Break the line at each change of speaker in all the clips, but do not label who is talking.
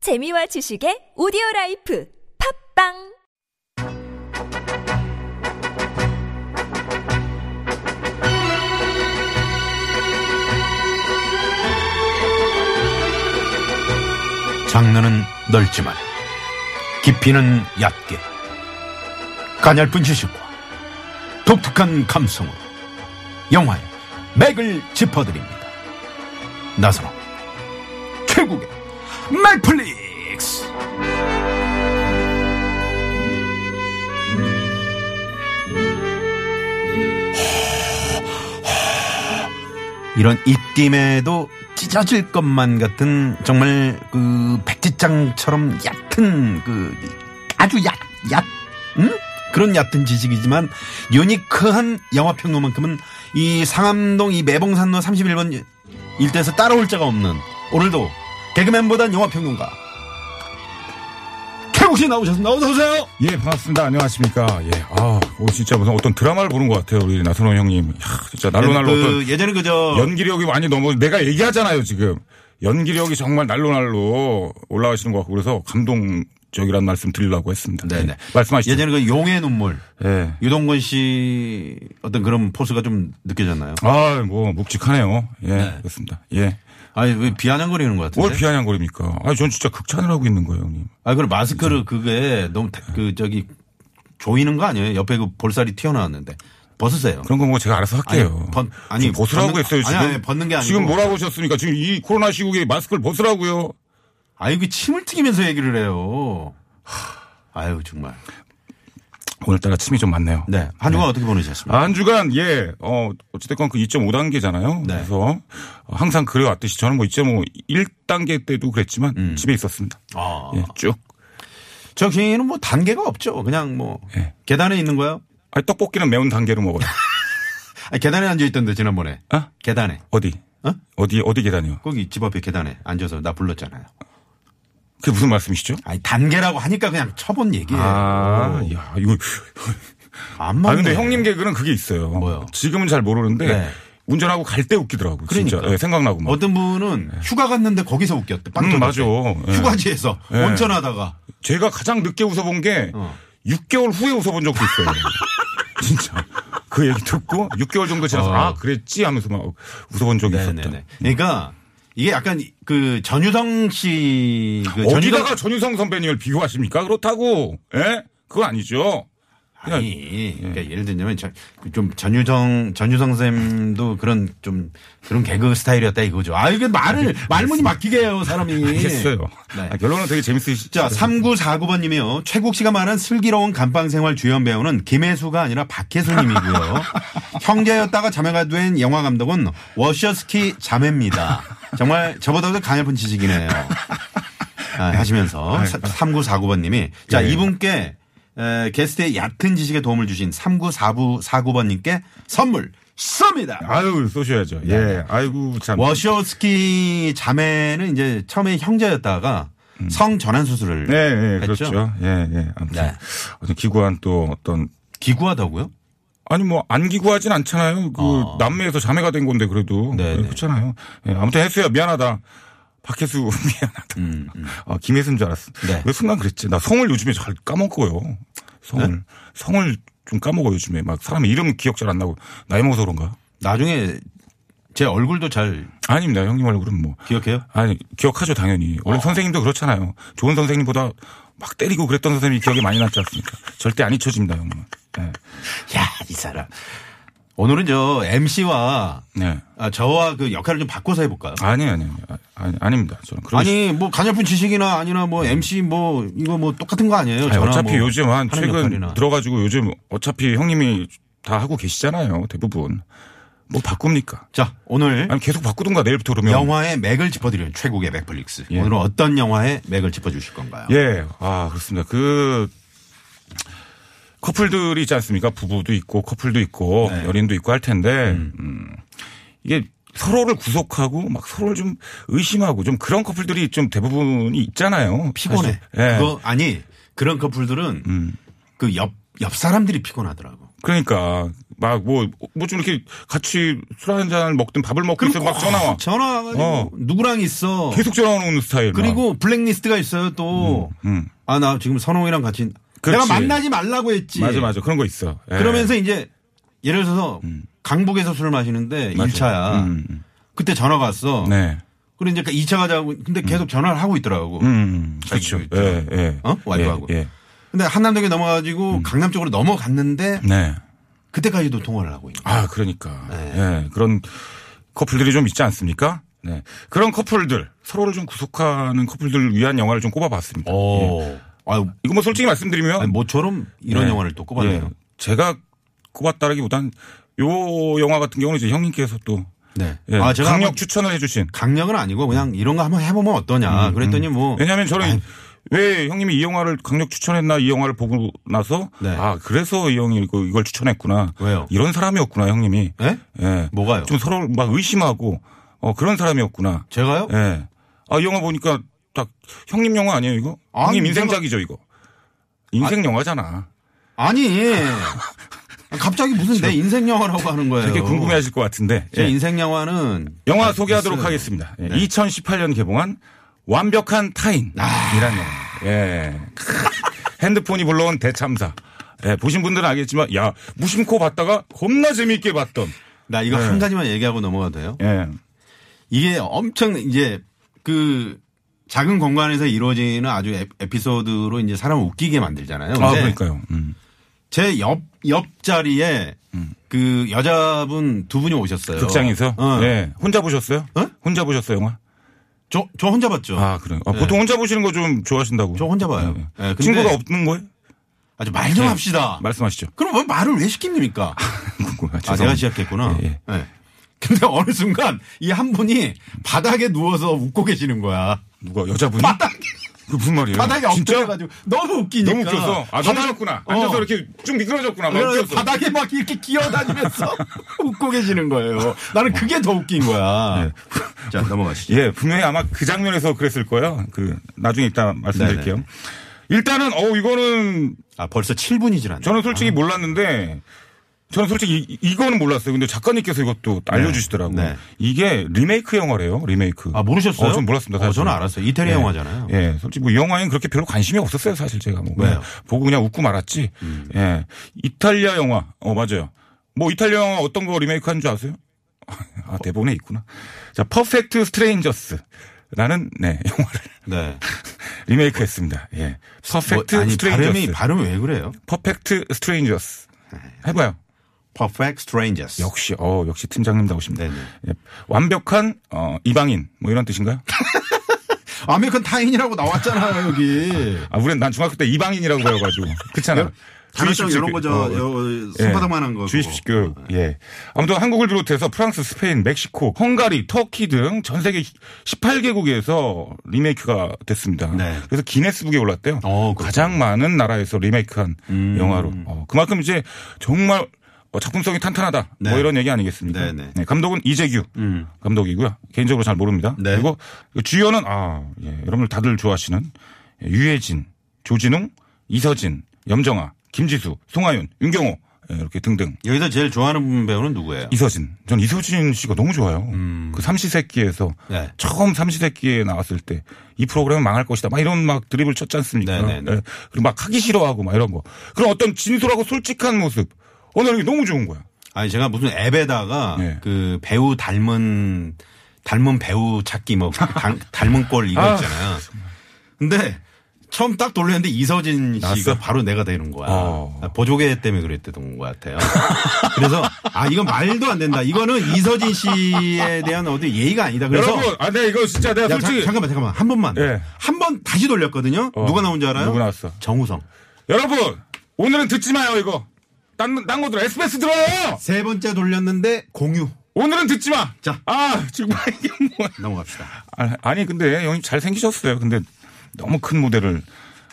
재미와 지식의 오디오 라이프 팝빵
장르는 넓지만 깊이는 얕게 가냘픈 지식과 독특한 감성으로 영화의 맥을 짚어드립니다. 나선호 최국의 맥플릭스 이런 입김에도 찢어질 것만 같은 정말 그 백지장처럼 얕은 그 아주 얕, 얕, 음? 그런 얕은 지식이지만 유니크한 영화평론만큼은 이 상암동 이 매봉산로 31번 일대에서 따라올 자가 없는 오늘도 개그맨보단 영화평론가 태국 씨 나오셨습니다. 어서오세요!
예, 반갑습니다. 안녕하십니까. 예, 아, 오, 진짜 무슨 어떤 드라마를 보는 것 같아요. 우리 나선호 형님. 이야, 진짜 네, 날로 날로
그 예전에 그저
어떤 연기력이 많이 넘어, 내가 얘기하잖아요, 지금. 연기력이 정말 날로 날로 올라가시는 것 같고 그래서 감동적이라는 말씀 드리려고 했습니다.
네네.
예, 말씀하시죠.
예전에 그 용의 눈물
예.
유동건 씨 어떤 그런 포스가 좀 느껴졌나요?
아, 뭐, 묵직하네요. 예, 그렇습니다. 예.
아니 왜 비아냥거리는 것 같은데?
뭘 비아냥거립니까? 아, 전 진짜 극찬을 하고 있는 거예요, 형님.
아, 그 마스크를 그게 너무 다- 그 저기 조이는 거 아니에요? 옆에 그 볼살이 튀어나왔는데 벗으세요.
그런 거 뭐 제가 알아서 할게요.
아니, 벗- 아니,
지금 벗으라고
벗는-
했어요,
아니,
지금.
아니, 벗는 게 아니고.
지금 뭐라고 하셨습니까? 지금 이 코로나 시국에 마스크를 벗으라고요.
아유, 그 침을 튀기면서 얘기를 해요. 하, 아유 정말.
오늘따라 침이 좀 많네요.
네, 한 주간 어떻게 보내셨습니까?
아, 한 주간 예, 어 어찌됐건 그 2.5단계잖아요.
네.
그래서 어, 항상 그래왔듯이 저는 뭐 2.5.1단계 때도 그랬지만
음.
집에 있었습니다.
아,
예, 쭉.
저 개인은 뭐 단계가 없죠. 그냥 뭐
예.
계단에 있는 거요.
아 떡볶이는 매운 단계로 먹어요.
아, 계단에 앉아 있던데 지난번에.
어?
계단에.
어디?
어?
어디 어디 계단이요?
거기 집 앞에 계단에 앉아서 나 불렀잖아요.
그게 무슨 말씀이시죠?
아니 단계라고 하니까 그냥 쳐본 얘기예요.
아,
예. 오,
야, 이거
안 맞네.
아 근데 형님 개그는 그게 있어요.
뭐요?
지금은 잘 모르는데
네.
운전하고 갈 때 웃기더라고. 진짜
그러니까.
예, 생각나고 막.
어떤 분은 휴가 갔는데 거기서 웃겼대. 빵
네. 음,
터졌대.
맞아. 예.
휴가지에서
예.
온천하다가
제가 가장 늦게 웃어본 게 6개월 후에 웃어본 적도 있어요. 진짜. 그 얘기 듣고 6개월 정도 지나서
어.
아, 그랬지 하면서 막 웃어본 적이 있었다.
네네네. 그러니까 이게 약간 그 전유성 씨그
어디다가 전유성 선배님을 비교하십니까? 그렇다고. 예? 그거 아니죠. 그냥
아니 그러니까 예를 들면 전- 좀 전유정 전유성 쌤도 그런 좀 그런 개그 스타일이었다 이거죠. 아 이게 말을 말문이 막히게 해요 사람이.
알겠어요.
네.
아, 결론은 되게 재밌으시죠.
자, 3949번님이요. 최국 씨가 말한 슬기로운 감방생활 주연 배우는 김혜수가 아니라 박혜수님이고요. 형제였다가 자매가 된 영화 감독은 워셔스키 자매입니다. 정말 저보다도 강해픈 지식이네요. 아, 하시면서 3949번님이 자
네. 예.
이분께 에, 게스트의 얕은 지식에 도움을 주신 3949번님께 선물 쏩니다.
아유, 쏘셔야죠.
네.
예. 아이고, 참.
뭐 워셔스키 자매는 이제 처음에 형제였다가 성 전환 수술을
음. 네, 예,
했죠.
그렇죠. 예, 예. 아무튼
네.
어떤 기구한 또 어떤
기구하다고요?
아니 뭐 안 기구하진 않잖아요. 그 남매에서 자매가 된 건데 그래도
네네.
예, 그렇잖아요. 예, 아무튼 해수야 미안하다. 박혜수 미안하다. 아, 김혜수인 줄 알았어.
음, 네.
왜 순간 그랬지? 나 성을 요즘에 잘 까먹어요. 성을 성을 좀 까먹어 요즘에 막 사람 이름 기억 잘 안 나고 나이 먹어서 그런가?
나중에 제 얼굴도 잘
아닙니다. 형님 얼굴은 뭐
기억해요?
아니 기억하죠 당연히.
어.
원래 선생님도 그렇잖아요. 좋은 선생님보다 막 때리고 그랬던 선생님이 기억이 많이 났지 않습니까? 절대 안 잊혀집니다, 형님. 네.
야, 이 사람. 오늘은 저 MC와
네.
저와 그 역할을 좀 바꿔서 해볼까요?
아니 아니 아니 아니 아닙니다. 저는 그런
아니, 뭐, 간접분 지식이나 아니나 뭐, MC 뭐, 이거 뭐 똑같은 거 아니에요?
아니,
저나
어차피
뭐
요즘 한
하는
최근
역할이나.
들어가지고 요즘 어차피 형님이 다 하고 계시잖아요. 대부분. 뭐 바꿉니까?
자, 오늘
아니 계속 바꾸든가 내일부터 그러면.
영화의 맥을 짚어드리는 최고의 맥플릭스.
예.
오늘은 어떤 영화의 맥을 짚어주실 건가요?
예. 아, 그렇습니다. 그 커플들이 있지 않습니까? 부부도 있고 커플도 있고
네.
연인도 있고 할 텐데 음, 이게 서로를 구속하고 막 서로를 좀 의심하고 좀 그런 커플들이 좀 대부분이 있잖아요.
피곤해.
사실. 예. 음.
그거, 아니, 그런 커플들은 그 옆, 옆 사람들이 피곤하더라고.
그러니까 막 뭐 뭐 좀 이렇게 같이 술 한 잔을 먹든 밥을 먹고 있으면 막 전화 와.
전화 와가지고
어.
누구랑 있어.
계속 전화 오는 스타일. 막.
그리고 블랙리스트가 있어요 또.
음.
아 나 지금 선홍이랑 같이. 내가
그렇지.
만나지 말라고 했지.
예. 맞아 맞아 그런 거 있어. 예.
그러면서 이제 예를 들어서 강북에서 술을 마시는데
맞아.
일차야
음, 음.
그때 전화가 왔어.
네.
그리고 이제 2차 가자고 근데 계속 전화를 하고 있더라고.
음. 그렇죠.
있죠.
예, 예.
어? 와이프하고.
예, 예.
근데 한남동에
음.
넘어가지고 강남 쪽으로 넘어갔는데
네.
그때까지도 통화를 하고 있는.
아, 그러니까.
네.
예, 그런 커플들이 좀 있지 않습니까? 네. 그런 커플들, 서로를 좀 구속하는 커플들을 위한 영화를 좀 꼽아봤습니다. 예.
아유,
이거 뭐 솔직히 말씀드리면.
어. 아니, 모처럼 이런
예.
영화를 또 꼽았네요.
예. 제가 꼽았다라기보단 요 영화 같은 경우는 이제 형님께서 또
네.
예,
아, 제가
강력
한번
추천을 해주신.
강력은 아니고 그냥 이런 거 한번 해보면 어떠냐. 그랬더니 뭐
음, 왜냐하면 저는 왜 형님이 이 영화를 강력 추천했나 이 영화를 보고 나서
네.
아 그래서 이 형이 이거- 이걸 추천했구나
왜요?
이런 사람이었구나 형님이
예?
예.
뭐가요?
좀 서로 막 의심하고 어 그런 사람이었구나.
제가요?
예. 아, 이 영화 보니까 딱 형님 영화 아니에요, 이거?
아니,
형님
내가-
인생작이죠, 이거. 인생 영화잖아.
아니. 갑자기 무슨 내 인생 영화라고 하는 거예요.
되게 궁금해 하실 것 같은데.
제
예.
인생 영화는
영화
아,
소개하도록
있어요.
하겠습니다. 예.
네.
2018년 개봉한 완벽한 타인이라는
아.
영화. 예. 핸드폰이 불러온 대참사. 예, 보신 분들은 알겠지만, 야, 무심코 봤다가 겁나 재미있게 봤던.
나 이거
네.
한 가지만 얘기하고 넘어가도 돼요?
예.
이게 엄청 이제 그 작은 공간에서 이루어지는 아주 에- 에피소드로 이제 사람 을 웃기게 만들잖아요.
아,
근데
그러니까요. 음.
제 옆, 옆자리에 그 여자분 두 분이 오셨어요.
극장에서.
어.
예. 혼자 보셨어요?
어?
혼자 보셨어요, 영화?
저, 저 혼자 봤죠.
아, 그래요. 아, 보통 혼자 보시는 거 좀 좋아하신다고.
예. 저 혼자 봐요.
네.
예, 근데-
친구가 없는 거예요?
아주 말 좀
네.
합시다.
말씀하시죠.
그럼 왜 말을 왜 시킵니까?
궁금해.
아,
죄송합니다.
제가 시작했구나.
예, 예.
네. 근데 어느 순간 이 한 분이 바닥에 누워서 웃고 계시는 거야.
누가 여자분이?
바닥에,
그 무슨 말이에요?
바닥에
진짜
엎드려가지고 너무 웃기니까.
너무 웃겨서 아
바닥-
넘어졌구나.
어.
앉아서 이렇게 좀 미끄러졌구나. 막
그래서
웃겨서.
바닥에 막 이렇게 기어다니면서 웃고 계시는 거예요. 나는 그게 더 웃긴 거야. 자, 넘어가시죠.
네. 예, 분명히 아마 그 장면에서 그랬을 거예요. 그 나중에 이따 말씀드릴게요. 일단은 어 이거는
아, 벌써 7분이 지났네.
저는 솔직히 몰랐는데 저는 솔직히 이- 이거는 몰랐어요. 근데 작가님께서 이것도 알려주시더라고요.
네.
이게 리메이크 영화래요. 리메이크.
아, 모르셨어요?
어, 전 몰랐습니다. 사실.
어, 저는 알았어요. 이태리
예.
영화잖아요. 네.
예, 솔직히 뭐 이 영화엔 그렇게 별로 관심이 없었어요. 사실 제가 뭐
왜요?
보고 그냥 웃고 말았지.
음.
예, 이탈리아 영화. 어 맞아요. 뭐 이탈리아 영화 어떤 거 리메이크한 줄 아세요? 아 대본에 있구나. 자, 퍼펙트 스트레인저스라는 네 영화를
네.
리메이크했습니다. 예, 퍼펙트
뭐, 아니,
스트레인저스.
발음이, 발음이 왜 그래요?
퍼펙트 스트레인저스. 해봐요.
Perfect Strangers.
역시 어 역시 팀장님 나오십니다.
네네.
예, 완벽한 어, 이방인 뭐 이런 뜻인가요?
아메리칸 타인이라고 나왔잖아요, 여기.
아 우리는 난 중학교 때 이방인이라고 배워가지고 그렇잖아.
단어장
주입식
네? 이런 거죠.
어,
요,
예.
손바닥만한 거.
주입식
어,
교육.
네.
예. 아무튼 한국을 비롯해서 프랑스, 스페인, 멕시코, 헝가리, 터키 등 전 세계 18개국에서 리메이크가 됐습니다.
네.
그래서 기네스북에 올랐대요.
어, 그렇군요. 음.
가장 많은 나라에서 리메이크한 영화로. 어, 그만큼 이제 정말 어, 작품성이 탄탄하다.
네.
뭐 이런 얘기 아니겠습니까?
네, 네.
감독은 이재규 감독이고요. 개인적으로 잘 모릅니다.
음. 네.
그리고 주연은 아 예, 여러분들 다들 좋아하시는 예, 유해진, 조진웅, 이서진, 염정아, 김지수, 송하윤, 윤경호 예, 이렇게 등등.
여기서 제일 좋아하는 배우는 누구예요?
이서진, 전 이서진 씨가 너무 좋아요. 그 삼시세끼에서
음. 네.
처음 삼시세끼에 나왔을 때 이 프로그램은 망할 것이다. 막 이런 막 드립을 쳤지 않습니까?
네, 네, 네.
예, 그리고 막 하기 싫어하고 막 이런 거. 그런 어떤 진솔하고 솔직한 모습. 어, 나는 이게 너무 좋은 거야.
아니 제가 무슨 앱에다가
네.
그 배우 닮은 닮은 배우 찾기 뭐 당- 닮은 꼴 이거
아,
있잖아요. 근데 처음 딱 돌렸는데 이서진 씨가
났어?
바로 내가 되는 거야.
어.
아, 보조개 때문에 그랬던 것 같아요. 그래서 아 이건 말도 안 된다. 이거는 이서진 씨에 대한 어디 예의가 아니다. 그래서
여러분, 아, 내 이거 진짜 내가
야,
솔직히
자- 잠깐만 잠깐만 한 번만
예.
한 번 다시 돌렸거든요.
어,
누가 나온 줄 알아요?
누구 나왔어?
정우성.
여러분 오늘은 듣지 마요 이거 딴, 딴거 들어 SBS 들어요
세 번째 돌렸는데 공유
오늘은 듣지
자.
마자아 지금 이게 뭐야
넘어갑시다.
아, 아니 근데 형님 잘 생기셨어요 근데 너무 큰 모델을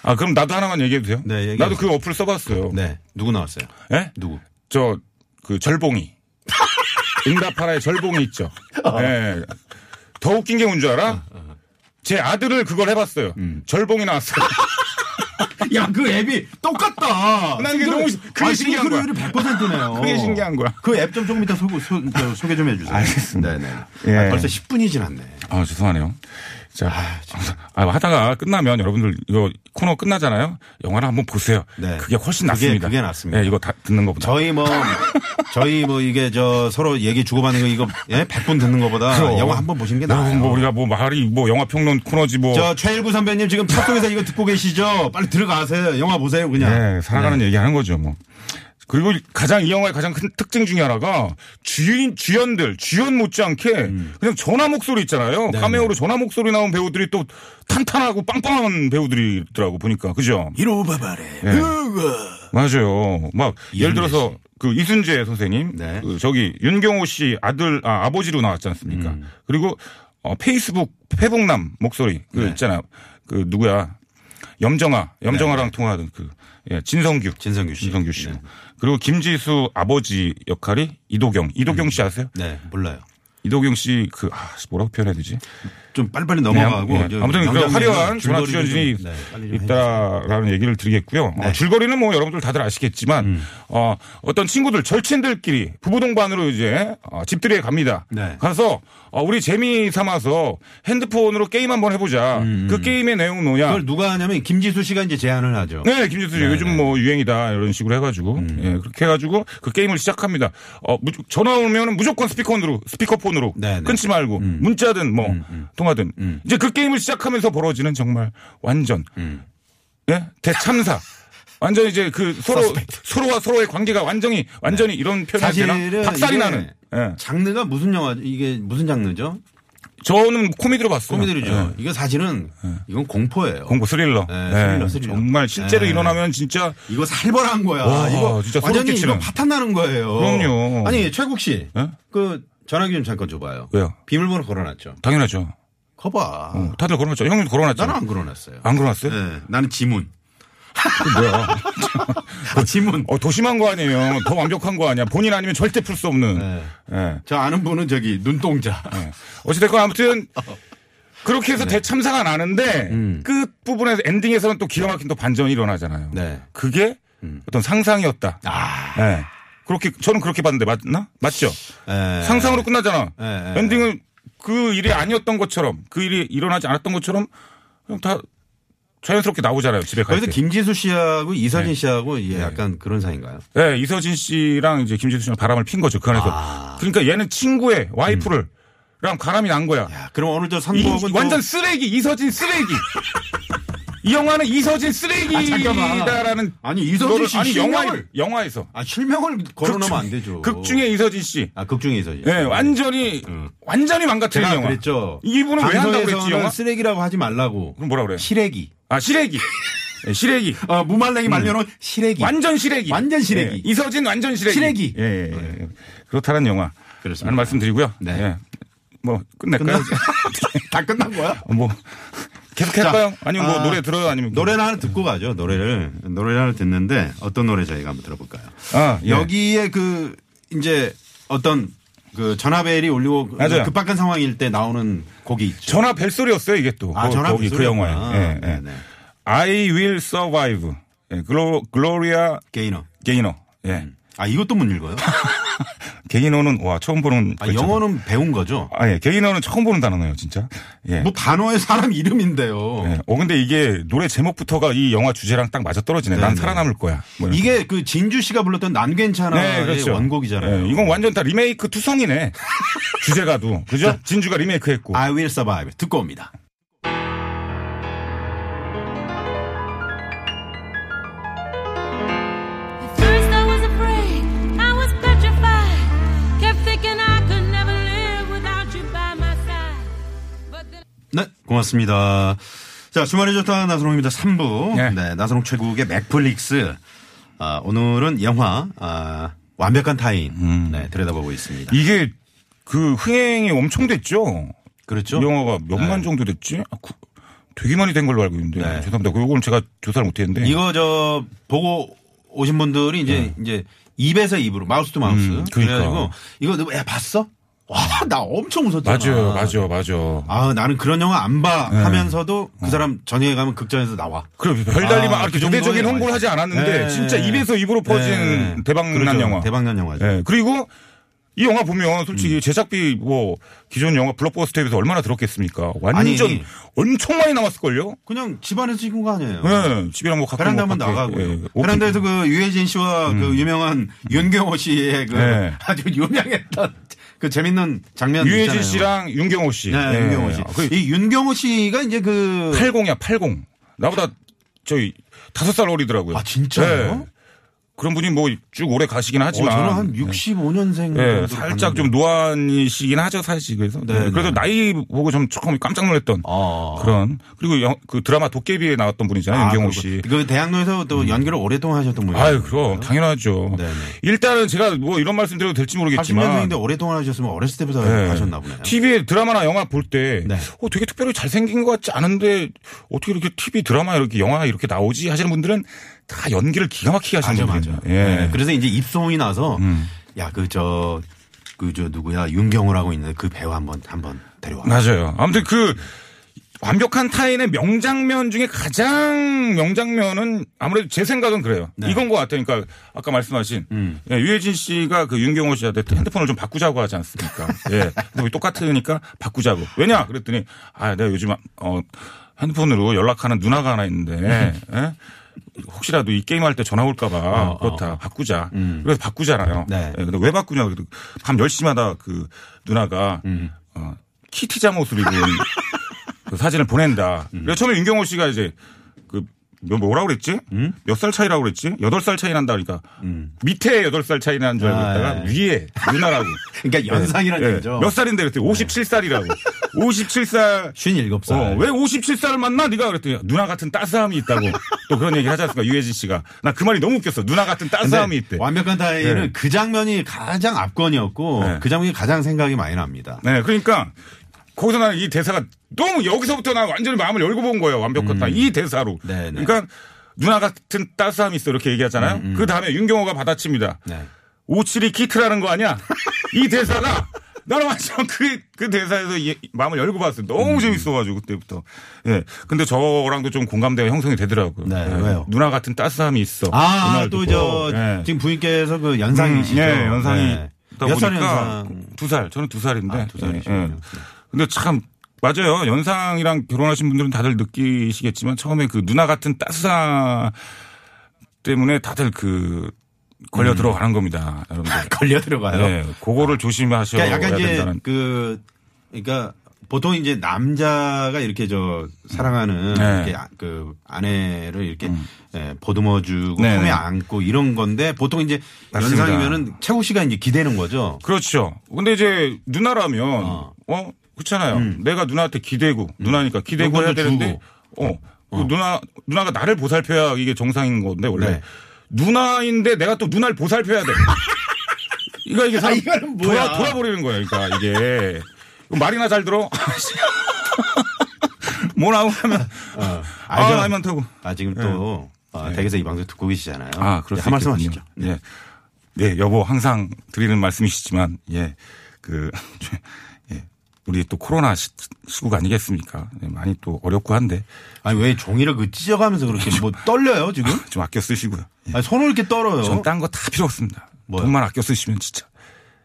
아 그럼 나도 하나만 얘기해도 돼요
네, 얘기해
나도 그 어플 써봤어요
네 누구 나왔어요?
예?
누구?
저 그 절봉이 응답하라의 절봉이 있죠 예. 더 웃긴 게 뭔 줄 알아 음. 제 아들을 그걸 해봤어요 절봉이 나왔어요
야, 그 앱이 똑같다. 뭐야?
난 그게 너무 시- 그게 신기한 거야.
이 100%네요.
그게 신기한 거야.
그 앱 좀 조금 이따 소, 소, 저, 소개 좀 해주세요.
알겠습니다.
네네.
예.
아, 벌써 10분이 지났네.
아 죄송하네요. 자, 아, 하다가 끝나면 여러분들 이거 코너 끝나잖아요. 영화를 한번 보세요.
네.
그게 훨씬
그게-
낫습니다.
그게 낫습니다.
예, 이거 다 듣는 것보다.
저희 뭐, 저희 뭐 이게 저 서로 얘기 주고받는 거 이거 예? 100분 듣는 거보다
그럼.
영화 한 번 보시는 게 나아요.
여러분, 뭐 우리가 뭐 말이 뭐 영화 평론 코너지 뭐.
저 최일구 선배님 지금 차 속에서 이거 듣고 계시죠? 빨리 들어가세요. 영화 보세요 그냥.
예, 살아가는
네.
얘기 하는 거죠, 뭐. 그리고 가장 이 영화의 가장 큰 특징 중에 하나가 주인 주연들 주연 못지않게
음.
그냥 전화 목소리 있잖아요.
네,
카메오로 전화 목소리 나온 배우들이 또 탄탄하고 빵빵한 배우들이 있더라고 보니까 그죠?
이로 바바레.
예. 맞아요. 막 예를 들어서 그 이순재 선생님,
네.
그 저기 윤경호 씨 아들 아, 아버지로 나왔지 않습니까?
음.
그리고 어, 페이스북 페북남 목소리
네.
그 있잖아요. 그 누구야? 염정아, 염정아랑 통화하던 그 예, 진성규,
네, 진성규 씨. 네.
진성규 씨. 그리고 김지수 아버지 역할이 이도경, 이도경 씨 아세요?
네, 몰라요.
이도경 씨 그 아, 뭐라고 표현해야 되지?
좀 빨리빨리 넘어가고.
네,
저
아무튼 그
양장님
화려한 전화
줄거리를
출연진이
좀, 네, 빨리 좀 네.
있다라는 얘기를 드리겠고요. 어, 줄거리는 뭐 여러분들 다들 아시겠지만
음.
어, 어떤 친구들 절친들끼리 부부 동반으로 이제 어, 집들이에 갑니다.
네.
가서 어, 우리 재미 삼아서 핸드폰으로 게임 한번 해보자. 그 게임의 내용은 뭐냐?
음. 그걸 누가 하냐면 김지수 씨가 이제 제안을 하죠.
네, 김지수 씨 요즘 뭐 유행이다 이런 식으로 해가지고
음.
예, 그렇게 해가지고 그 게임을 시작합니다. 어, 무- 전화 오면은 무조건 스피커폰으로 스피커폰으로
네, 음, 네.
끊지 말고 문자든 뭐 통화든 이제 그 게임을 시작하면서 벌어지는 정말 완전
음.
예? 대참사. 완전 이제 그 서로 서로와 서로의 관계가 완전히 완전히 이런 표현이 되나
네. 사실은
박살이
이게
나는. 예.
장르가 무슨 영화 이게 무슨 장르죠?
저는 코미디로 봤어요.
코미디죠.
예.
이거 사실은 이건 공포예요.
공포 스릴러.
네,
예.
스릴러, 스릴러.
정말 실제로
예.
일어나면 진짜
이거 살벌한 거야.
와,
이거
진짜 소름
완전히
끼치는.
이거 파탄 나는 거예요.
그럼요.
아니 최국 씨,
예?
그 전화기 좀 잠깐 줘봐요.
왜요?
비밀번호 걸어놨죠.
당연하죠.
거봐.
어, 다들 걸어놨죠. 형님 걸어놨잖아.
나는 안 걸어놨어요.
안 걸어놨어요?
네, 나는 지문.
뭐야?
아, 지문.
어, 더 심한 거 아니에요? 더 완벽한 거 아니야? 본인 아니면 절대 풀 수 없는.
네.
예.
저 아는 분은 저기 눈동자. 네.
예. 어찌됐건 아무튼 그렇게 해서 대참사가 나는데
음.
끝 부분에서 엔딩에서는 또 기가 막힌 또 반전이 일어나잖아요.
네.
그게 어떤 상상이었다.
아.
예. 그렇게 저는 그렇게 봤는데 맞나? 맞죠?
예.
상상으로 끝나잖아.
예, 예.
엔딩은 그 일이 아니었던 것처럼 그 일이 일어나지 않았던 것처럼 그냥 다 자연스럽게 나오잖아요. 집에 갈
거기서
때.
김지수 씨하고 이서진 씨하고 예, 약간 그런 사이인가요?
예, 이서진 씨랑 이제 김지수 씨랑 바람을 핀 거죠. 그 안에서.
아.
그러니까 얘는 친구의 와이프를 랑 바람이 난 거야.
야, 그럼 오늘 저
이,
선곡은
완전
또
쓰레기. 이서진 쓰레기. 이 영화는 이서진 쓰레기다라는
아니, 이서진
거를-
씨
아니 영화
실명을-
영화에서
아 실명을 걸어놓으면 안 되죠.
극 중에 이서진 씨.
아 극중에 이서진.
예, 완전히 완전히 망가뜨린
제가
영화.
그랬죠.
이분은 왜 한다고 그랬지
방송에서는
영화?
쓰레기라고 하지 말라고.
그럼 뭐라 그래요?
시래기.
아 시래기. 예, 시래기.
아 무말랭이 말려놓은 시래기.
완전 시래기.
완전 시래기.
예, 이서진 완전 시래기.
시래기.
예, 예, 예. 그렇다는 영화.
그렇습니다.
라는 말씀드리고요.
네.
예. 뭐 끝낼까요? 이제?
다 끝난 거야?
뭐 계속 할까요? 아니면 뭐
아,
노래 들어요? 아니면
노래를 하나 듣고 가죠. 노래를 노래를 하나 듣는데 어떤 노래 저희가 한번 들어볼까요?
아, 예.
여기에 그 이제 어떤 그 전화벨이 울리고
맞아요.
급박한 상황일 때 나오는 곡이 있죠.
전화 벨소리였어요 이게 또.
아,
거-
전화
거기 그
벨소리였구나.
영화에. 예, 예.
네네.
I Will Survive. 예, 글로, 글로리아
게이너.
게이너. 예.
아 이것도 못 읽어요?
게이너는 와 처음 보는.
아,
글자다.
영어는 배운 거죠.
그렇죠. 아 예. 게이너는 처음 보는 단어네요 진짜. 예.
뭐 단어의 사람 이름인데요.
예. 어 근데 이게 노래 제목부터가 이 영화 주제랑 딱 맞아 떨어지네. 난
네네.
살아남을 거야. 뭐 이런
이게 그 진주 씨가 불렀던 난 괜찮아의 원곡이잖아요.
예, 네, 이건 완전 다 리메이크 투성이네. 주제가도. 그죠? 진주가 리메이크 했고.
I will survive 듣고 옵니다.
At first I was afraid, I was petrified. Kept thinking I could never live without you by my side. But then
네, 고맙습니다. 자, 주말에 좋다 나선홍입니다. 3부.
네.
네, 나선홍 최국의 맥플릭스. 아, 오늘은 영화 아, 완벽한 타인 네, 들여다보고 있습니다.
음. 이게 그 흥행이 엄청 됐죠.
그렇죠?
이 영화가 몇만 정도 됐지? 아, 구- 되게 많이 된 걸로 알고 있는데
네.
죄송합니다. 그거는 제가 조사를 못했는데.
이거 저 보고 오신 분들이 이제 이제 입에서 입으로 마우스 투 마우스
네. 그러니까.
그래가지고 이거 너 야, 봤어? 와, 나 엄청 웃었잖아.
맞아요, 네. 맞아요, 맞아요.
아, 나는 그런 영화 안 봐 하면서도
어.
그 사람 전에 가면 극장에서 나와.
그럼 별 달리면
아,
아,
그
이렇게 대대적인
정도는
홍보를 하지
맞아요.
않았는데
네.
진짜 입에서 입으로 퍼진
네.
대박난
그렇죠.
영화.
대박난 영화죠.
예, 그리고 이 영화 보면 솔직히
음.
제작비 뭐 기존 영화 블록버스터에 비해서 얼마나 들었겠습니까? 완전
아니.
엄청 많이 남았을걸요?
그냥 집안에서 찍은 거 아니에요.
예, 집이랑 뭐 가끔
베란다
뭐
한번
밖에,
나가고.
예,
요
오픈- 음.
베란다에서 그 유해진 씨와 그 유명한 윤경호 씨의 그
네.
아주 유명했던 그 재밌는 장면.
유해진
있잖아요.
씨랑 윤경호 씨.
네,
예,
윤경호 씨.
아, 그
이 윤경호 씨가 이제 그
80이야, 80. 나보다 저희 다섯 살 어리더라고요.
아, 진짜요?
예. 그런 분이 뭐 쭉 오래 가시긴 하지만.
어, 저는 한
예.
65년생.
예, 살짝 좀 노안이시긴 하죠, 사실. 그래서.
네,
예, 그래도
네.
나이 보고 좀 조금 깜짝 놀랐던
아.
그런. 그리고 영- 그 드라마 도깨비에 나왔던 분이잖아요, 윤경호 씨. 음.
그 대학로에서 또 연기를 오랫동안 하셨던 분이에요.
아유, 그럼 당연하죠.
네. 네네.
일단은 제가 뭐 이런 말씀드려도 될지 모르겠지만
80년생인데 오랫동안 하셨으면 어렸을 때부터
예.
하셨나 보네요.
TV 드라마나 영화 볼 때
네.
어, 되게 특별히 잘생긴 것 같지 않은데 어떻게 이렇게 TV 드라마 이렇게 영화 이렇게 나오지 하시는 분들은 다 연기를 기가 막히게
맞아
하시는
맞아.
분들. 예.
네, 그래서 이제 입소문이 나서
음.
야 그 저 그 저 누구야 윤경호라고 있는데 그 배우 한번 한번 데려와.
맞아요. 아무튼 그 완벽한 타인의 명장면 중에 가장 명장면은 아무래도 제 생각은 그래요. 이건 것 같아요. 그러니까 아까 말씀하신 예, 유해진 씨가 그 윤경호 씨한테 핸드폰을 좀 바꾸자고 하지 않습니까? 예. 근데 왜 똑같으니까 바꾸자고. 왜냐? 그랬더니 아, 내가 요즘 어, 핸드폰으로 연락하는 누나가 하나 있는데 예? 혹시라도 이 게임할 때 전화 올까봐 그렇다 바꾸자 그래서 바꾸잖아요
네.
예, 근데 왜 바꾸냐 그래도 밤 10시 마다 그 누나가
음.
어, 키티 잠옷을 입은 그 사진을 보낸다. 그래서 처음에 윤경호 씨가 이제 그 뭐- 뭐라 그랬지?
음?
몇 살 차이라고 그랬지? 여덟 살 차이 난다 그러니까 밑에 여덟 살 차이 난줄 알고
아,
있다가 위에 누나라고.
그러니까 연상이라는
예.
얘기죠. 네.
몇 살인데 그랬더니 57살이라고. 57살
57살.
어, 왜 57살을 만나? 네가 그랬더니 누나 같은 따스함이 있다고 또 그런 얘기 하지 않습니까? 유해진 씨가. 나 그 말이 너무 웃겼어. 누나 같은 따스함이 있대.
완벽한 타인은
네.
그 장면이 가장 압권이었고
네.
그 장면이 가장 생각이 많이 납니다.
네, 그러니까 거기서 나는 이 대사가 너무 여기서부터 나 완전히 마음을 열고 본 거예요. 완벽하다. 이 대사로.
네, 네.
그러니까 누나 같은 따스함이 있어 이렇게 얘기하잖아요. 그 다음에 윤경호가 받아칩니다.
네.
오칠이 키트라는 거 아니야? 이 대사가 나는 완전 그, 그 대사에서 이- 마음을 열고 봤어요. 너무 재밌어가지고 그때부터. 예. 근데 저랑도 좀 공감대가 형성이 되더라고요.
네,
예.
왜요?
누나 같은 따스함이 있어. 그
아,
말
또 저,
듣고. 예.
지금 부인께서 그 연상이시죠? 네.
음, 예, 연상이. 다
몇 살
보니까
연상?
두 살. 저는 두 살인데.
아, 두 살이시군요.
예, 예. 근데 참 맞아요. 연상이랑 결혼하신 분들은 다들 느끼시겠지만 처음에 그 누나 같은 따스함 때문에 다들
음.
그 걸려 들어가는 겁니다, 여러분들.
걸려 들어가요.
예, 그거를 조심하셔야
아, 그러니까 약간 이제
된다는.
그 그러니까 보통 이제 남자가 이렇게 저 사랑하는
네. 음.
이렇게 아- 그 아내를 이렇게 예, 보듬어 주고
네,
품에
네.
안고 이런 건데 보통 이제
맞습니다.
연상이면은 최고 씨가 이제 기대는 거죠.
그렇죠. 근데 이제 누나라면 어, 그렇잖아요. 내가 누나한테 기대고 누나니까 기대고
용돈도
해야 되는데
음. 주고.
어, 그 누나 누나가 나를 보살펴야 이게 정상인 건데 원래
네.
누나인데 내가 또 누나를 보살펴야 돼. 이거 이게 사람
아, 이거는 뭐야.
돌아 돌아버리는 거야. 그러니까 이게 말이나 잘 들어. 뭐라고 하면 아
알죠?
나이 많다고.
아 지금 또 아, 댁에서 이 방송 듣고 계시잖아요.
네. 아,
네,
그렇습니다.
한 말씀 하시죠.
예. 예, 여보, 항상 드리는 말씀이시지만, 예, 그, 예, 우리 또 코로나 시, 시국 아니겠습니까? 예, 많이 또 어렵고 한데,
아니 왜 종이를 그 찢어가면서 그렇게 뭐 떨려요 지금?
좀 아껴 쓰시고요. 예.
아니, 손을 이렇게 떨어요.
전 딴 거 다 필요 없습니다.
어? 뭐요?
돈만 아껴 쓰시면 진짜.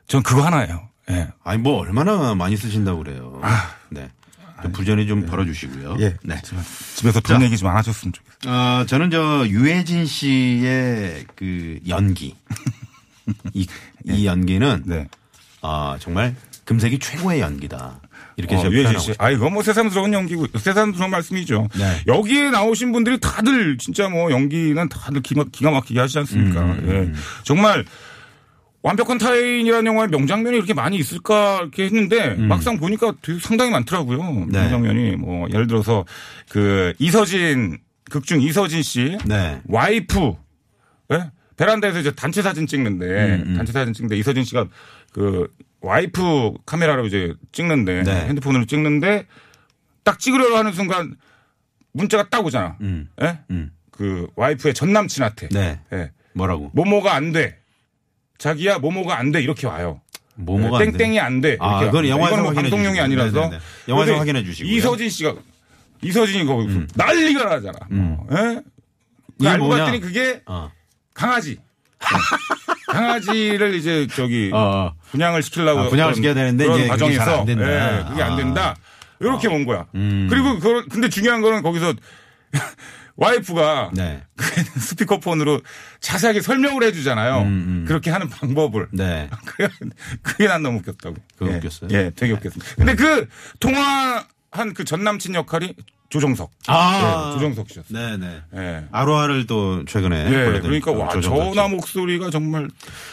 전 그거 하나예요. 예.
아니 뭐 얼마나 많이 쓰신다고 그래요.
아.
네. 좀 부전이 좀 벌어주시고요.
예.
네.
집에서 돈 얘기 좀 안 하셨으면 좋겠어요.
아, 저는 저 유해진 씨의 그 연기. 이, 이 연기는
네.
아, 정말 금색이 최고의 연기다. 이렇게
어,
제가
유해진
표현하고
씨.
싶어요.
아, 이건 뭐 새삼스러운 연기고, 새삼스러운 말씀이죠.
네.
여기에 나오신 분들이 다들 진짜 뭐 연기는 다들 기마, 기가 막히게 하지 않습니까?
음.
예. 정말 완벽한 타인이라는 영화에 명장면이 이렇게 많이 있을까 이렇게 했는데 막상 보니까 되게 상당히 많더라고요.
음. 네.
명장면이 뭐 예를 들어서 그 이서진 극중 이서진 씨
네.
와이프 예? 베란다에서 이제 단체 사진 찍는데
음,
단체 사진 찍는데 이서진 씨가 그 와이프 카메라로 이제 찍는데
네.
핸드폰으로 찍는데 딱 찍으려고 하는 순간 문자가 딱 오잖아.
음.
예?
음.
그 와이프의 전 남친한테
네.
예.
뭐라고?
모모가 안 돼. 자기야 모모가 안 돼 이렇게 와요.
뭐뭐가 안 돼?
네, 땡땡이 안 돼.
아,
이렇게
그건 영화에서
이거는 뭐
확인해
방송용이
주시고요.
아니라서.
네네네. 영화에서
근데
확인해 주시고요. 음.
이서진 씨가 이서진이 거기 난리가 나잖아. 예?
이게
알고
뭐냐?
봤더니 그게
어.
강아지. 강아지를 이제 저기
어, 어.
분양을 시키려고
아, 분양을
그런-
시켜야 되는데
그런
이제 그게 잘안
과정에서
된다.
예, 그게 안
아. 음.
된다. 이렇게 온 거야. 그리고 그 근데 중요한 거는 거기서 와이프가
네.
그 스피커폰으로 자세하게 설명을 해주잖아요.
음,
그렇게 하는 방법을.
네.
그게, 그게 난 너무 웃겼다고.
그거
예.
웃겼어요? 네.
예, 되게 웃겼습니다. 근데 그 통화한 그 전 남친 역할이 조정석.
아.
예, 조정석 씨였어요.
네네.
예.
아로하를 또 최근에
예,
보여드린
그러니까 와
조정석
전화
씨.
목소리가 정말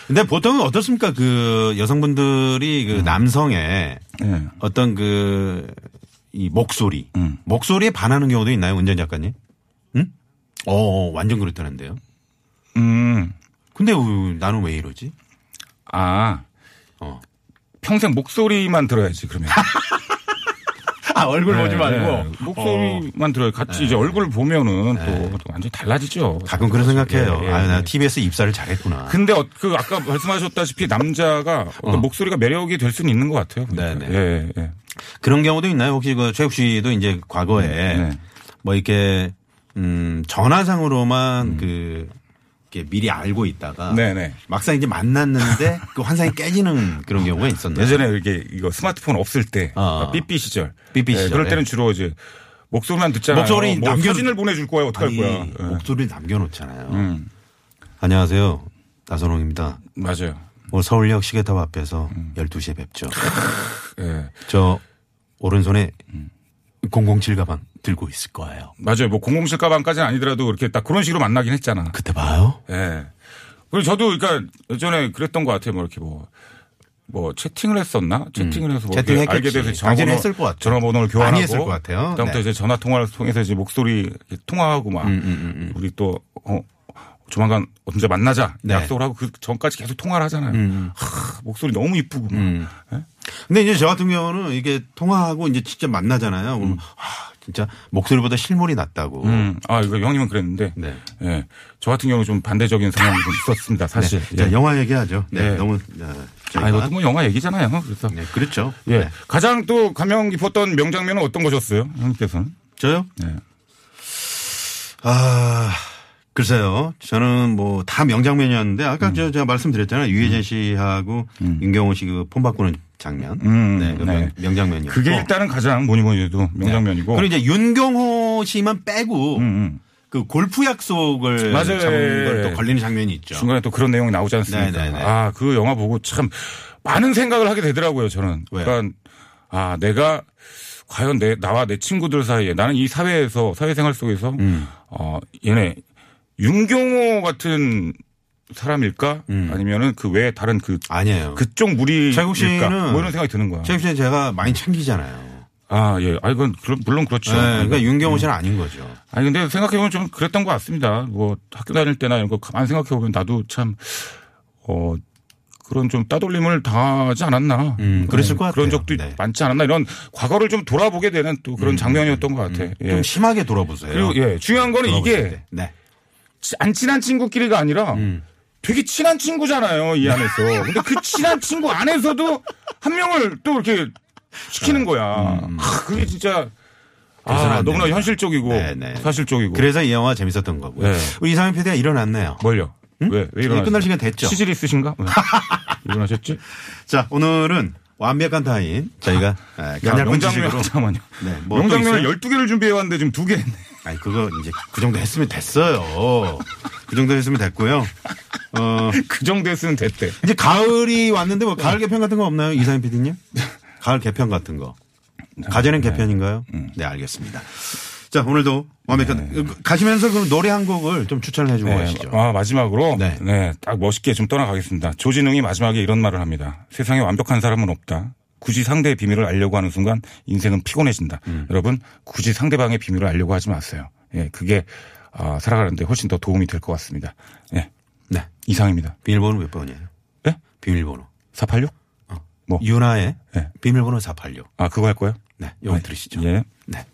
근데 보통은 어떻습니까? 그 여성분들이
음.
그 남성의
예.
어떤 그 이 목소리,
음.
목소리에 반하는 경우도 있나요, 은전 작가님? 응? 어, 완전 그렇다는데요.
음.
근데 우, 나는 왜 이러지?
아.
어.
평생 목소리만 들어야지 그러면.
아 얼굴
네, 네. 목소리만 들어요. 같이 이제 얼굴 보면은 또, 또 완전히 달라지죠.
네. 가끔 그런 생각해요.
예, 예,
아유, 네. 나
예.
TBS 입사를 잘했구나.
근데 어- 그 아까 말씀하셨다시피 남자가 어떤 목소리가 매력이 될 수는 있는 것 같아요. 그러니까.
네네.
예, 예.
그런 경우도 있나요? 혹시 그 최욱 씨도 이제 과거에
네.
뭐 이렇게 음 전화상으로만 그 이렇게 미리 알고 있다가
음. 네네.
막상 이제 만났는데 그 환상이 깨지는 그런 경우가 있었나요?
예전에 이렇게 이거 스마트폰 없을 때
아.
그러니까 삐삐 시절.
삐삐
예,
시절,
그럴 때는
예.
주로 이제 목소리만 듣잖아요.
목소리
뭐
남겨-
사진을 보내줄 거야. 어떡할
아니,
거야. 예.
목소리를 남겨놓잖아요.
음.
안녕하세요. 나선홍입니다.
맞아요.
오늘 서울역 시계탑 앞에서
음.
12시에 뵙죠.
예.
저 오른손에
음.
007 가방 들고 있을 거예요.
맞아요. 뭐 007 가방까지는 아니더라도 이렇게 딱 그런 식으로 만나긴 했잖아.
그때 봐요.
예. 그리고 저도 그러니까 예전에 그랬던 것 같아요. 뭐 이렇게 뭐. 뭐 채팅을 했었나? 채팅을 해서 뭐 이렇게
음. 채팅했겠지.
알게 돼서
당신은
전화번호,
했을 것 같아요.
전화번호를
많이
교환하고
했을 것 같아요.
그다음부터
네. 음,
이제 전화 통화를 통해서 이제 목소리 이렇게 통화하고 막 우리 또 어, 조만간 언제 만나자
네. 음,
약속을 하고 그 전까지 계속 통화를 하잖아요. 하, 목소리 너무 이쁘고 막.
근데 이제 저 같은 경우는 이게 통화하고 이제 직접 만나잖아요. 그럼 아, 진짜 목소리보다 실물이 낫다고.
음. 아 이거 형님은 그랬는데
네.
예. 저 같은 경우는 좀 반대적인 상황이 좀 있었습니다. 사실.
네. 자,
예.
영화 얘기하죠. 네.
네.
너무 아, 저희가-
아 이것도 뭐 영화 얘기잖아요. 그래서
네, 그렇죠.
예.
네.
가장 또 감명 깊었던 명장면은 어떤 것이었어요? 형님께서는?
저요?
네.
아, 글쎄요. 저는 뭐 다 명장면이었는데 아까
음.
저 제가 말씀드렸잖아요. 유해진 씨하고 윤경호 씨 그 폰 바꾸는 장면.
음,
네, 그
네.
명장면이었고.
그게 일단은 가장 뭐니 뭐니 해도 명장면이고.
네. 그리고 이제 윤경호 씨만 빼고
음,
그 골프 약속을
맞아요. 예,
잡은 걸 또 걸리는 장면이 있죠.
음. 중간에 또 그런 내용이 나오지
네,
않습니까?
네, 네.
아, 그 영화 보고 참 많은 생각을 하게 되더라고요, 저는.
왜요?
그러니까 아, 내가 과연 내, 나와 내 친구들 사이에 나는 이 사회에서, 사회생활 속에서,
음.
어, 얘네, 윤경호 같은 사람일까?
음.
아니면은 그 외에 다른 그,
아니에요.
그쪽
최국
무리일까?
씨는
뭐 이런 생각이 드는 거야.
최욱 씨는 제가 많이 챙기잖아요.
아, 예. 아, 이건, 그럼 물론 그렇죠.
네, 그러니까 윤경호 씨는 아닌 거죠.
아니 근데 생각해보면 좀 그랬던 것 같습니다. 뭐 학교 다닐 때나 이런 거 가만 생각해보면 나도 참 어. 그런 좀 따돌림을 당하지 않았나.
음, 그랬을
네,
것
그런
같아요.
적도
네. 음,
많지 않았나. 이런 과거를 좀 돌아보게 되는 또 그런 장면이었던 것 같아. 예.
좀 심하게 돌아보세요.
그리고 예, 중요한 거는
돌아보실
이게
때. 음. 네.
치- 안 친한 친구끼리가 아니라 되게 친한 친구잖아요.
네.
이 안에서. 근데 그 친한 친구 안에서도 한 명을 또 이렇게 시키는 거야. 하, 그게 진짜
아, 음, 그래서는
아,
안
너무나
됩니다.
현실적이고
네, 네.
사실적이고.
그래서 이 영화 재밌었던 거고요.
네.
우리 이상현 PD가 일어났네요.
뭘요? 왜? 왜 일어나?
끝날 시간 됐죠?
시질 있으신가? 왜? 일어나셨지?
자, 오늘은 완벽한 타인 저희가 예, 간략한 지식으로.
명장면 잠깐만요.
네, 뭐또
명장면을
있어요?
12개를 준비해 왔는데 지금 2개 했네.
아니 그거 이제 그 정도 했으면 됐어요. 그 정도 했으면 됐고요. 어
그 정도 했으면 됐대.
이제 가을이 왔는데 뭐 가을 개편 같은 거 없나요, 이상현 PD님? 가을 개편 같은 거. 가재는 개편인가요? 네, 알겠습니다. 자, 오늘도 완벽한 가시면서 그럼 노래 한 곡을 좀 추천을 해주고 가시죠.
아, 마지막으로
네.
네. 딱 멋있게 좀 떠나가겠습니다. 조진웅이 마지막에 이런 말을 합니다. 세상에 완벽한 사람은 없다. 굳이 상대의 비밀을 알려고 하는 순간 인생은 피곤해진다.
음.
여러분 굳이 상대방의 비밀을 알려고 하지 마세요. 예, 그게 아, 살아가는데 훨씬 더 도움이 될 것 같습니다. 예,
네.
이상입니다.
비밀번호 몇 번이에요?
예?
비밀번호.
486? 뭐?
윤하의
네.
비밀번호 486.
아, 그거 할 거예요?
네, 요거 들으시죠.
예.
네.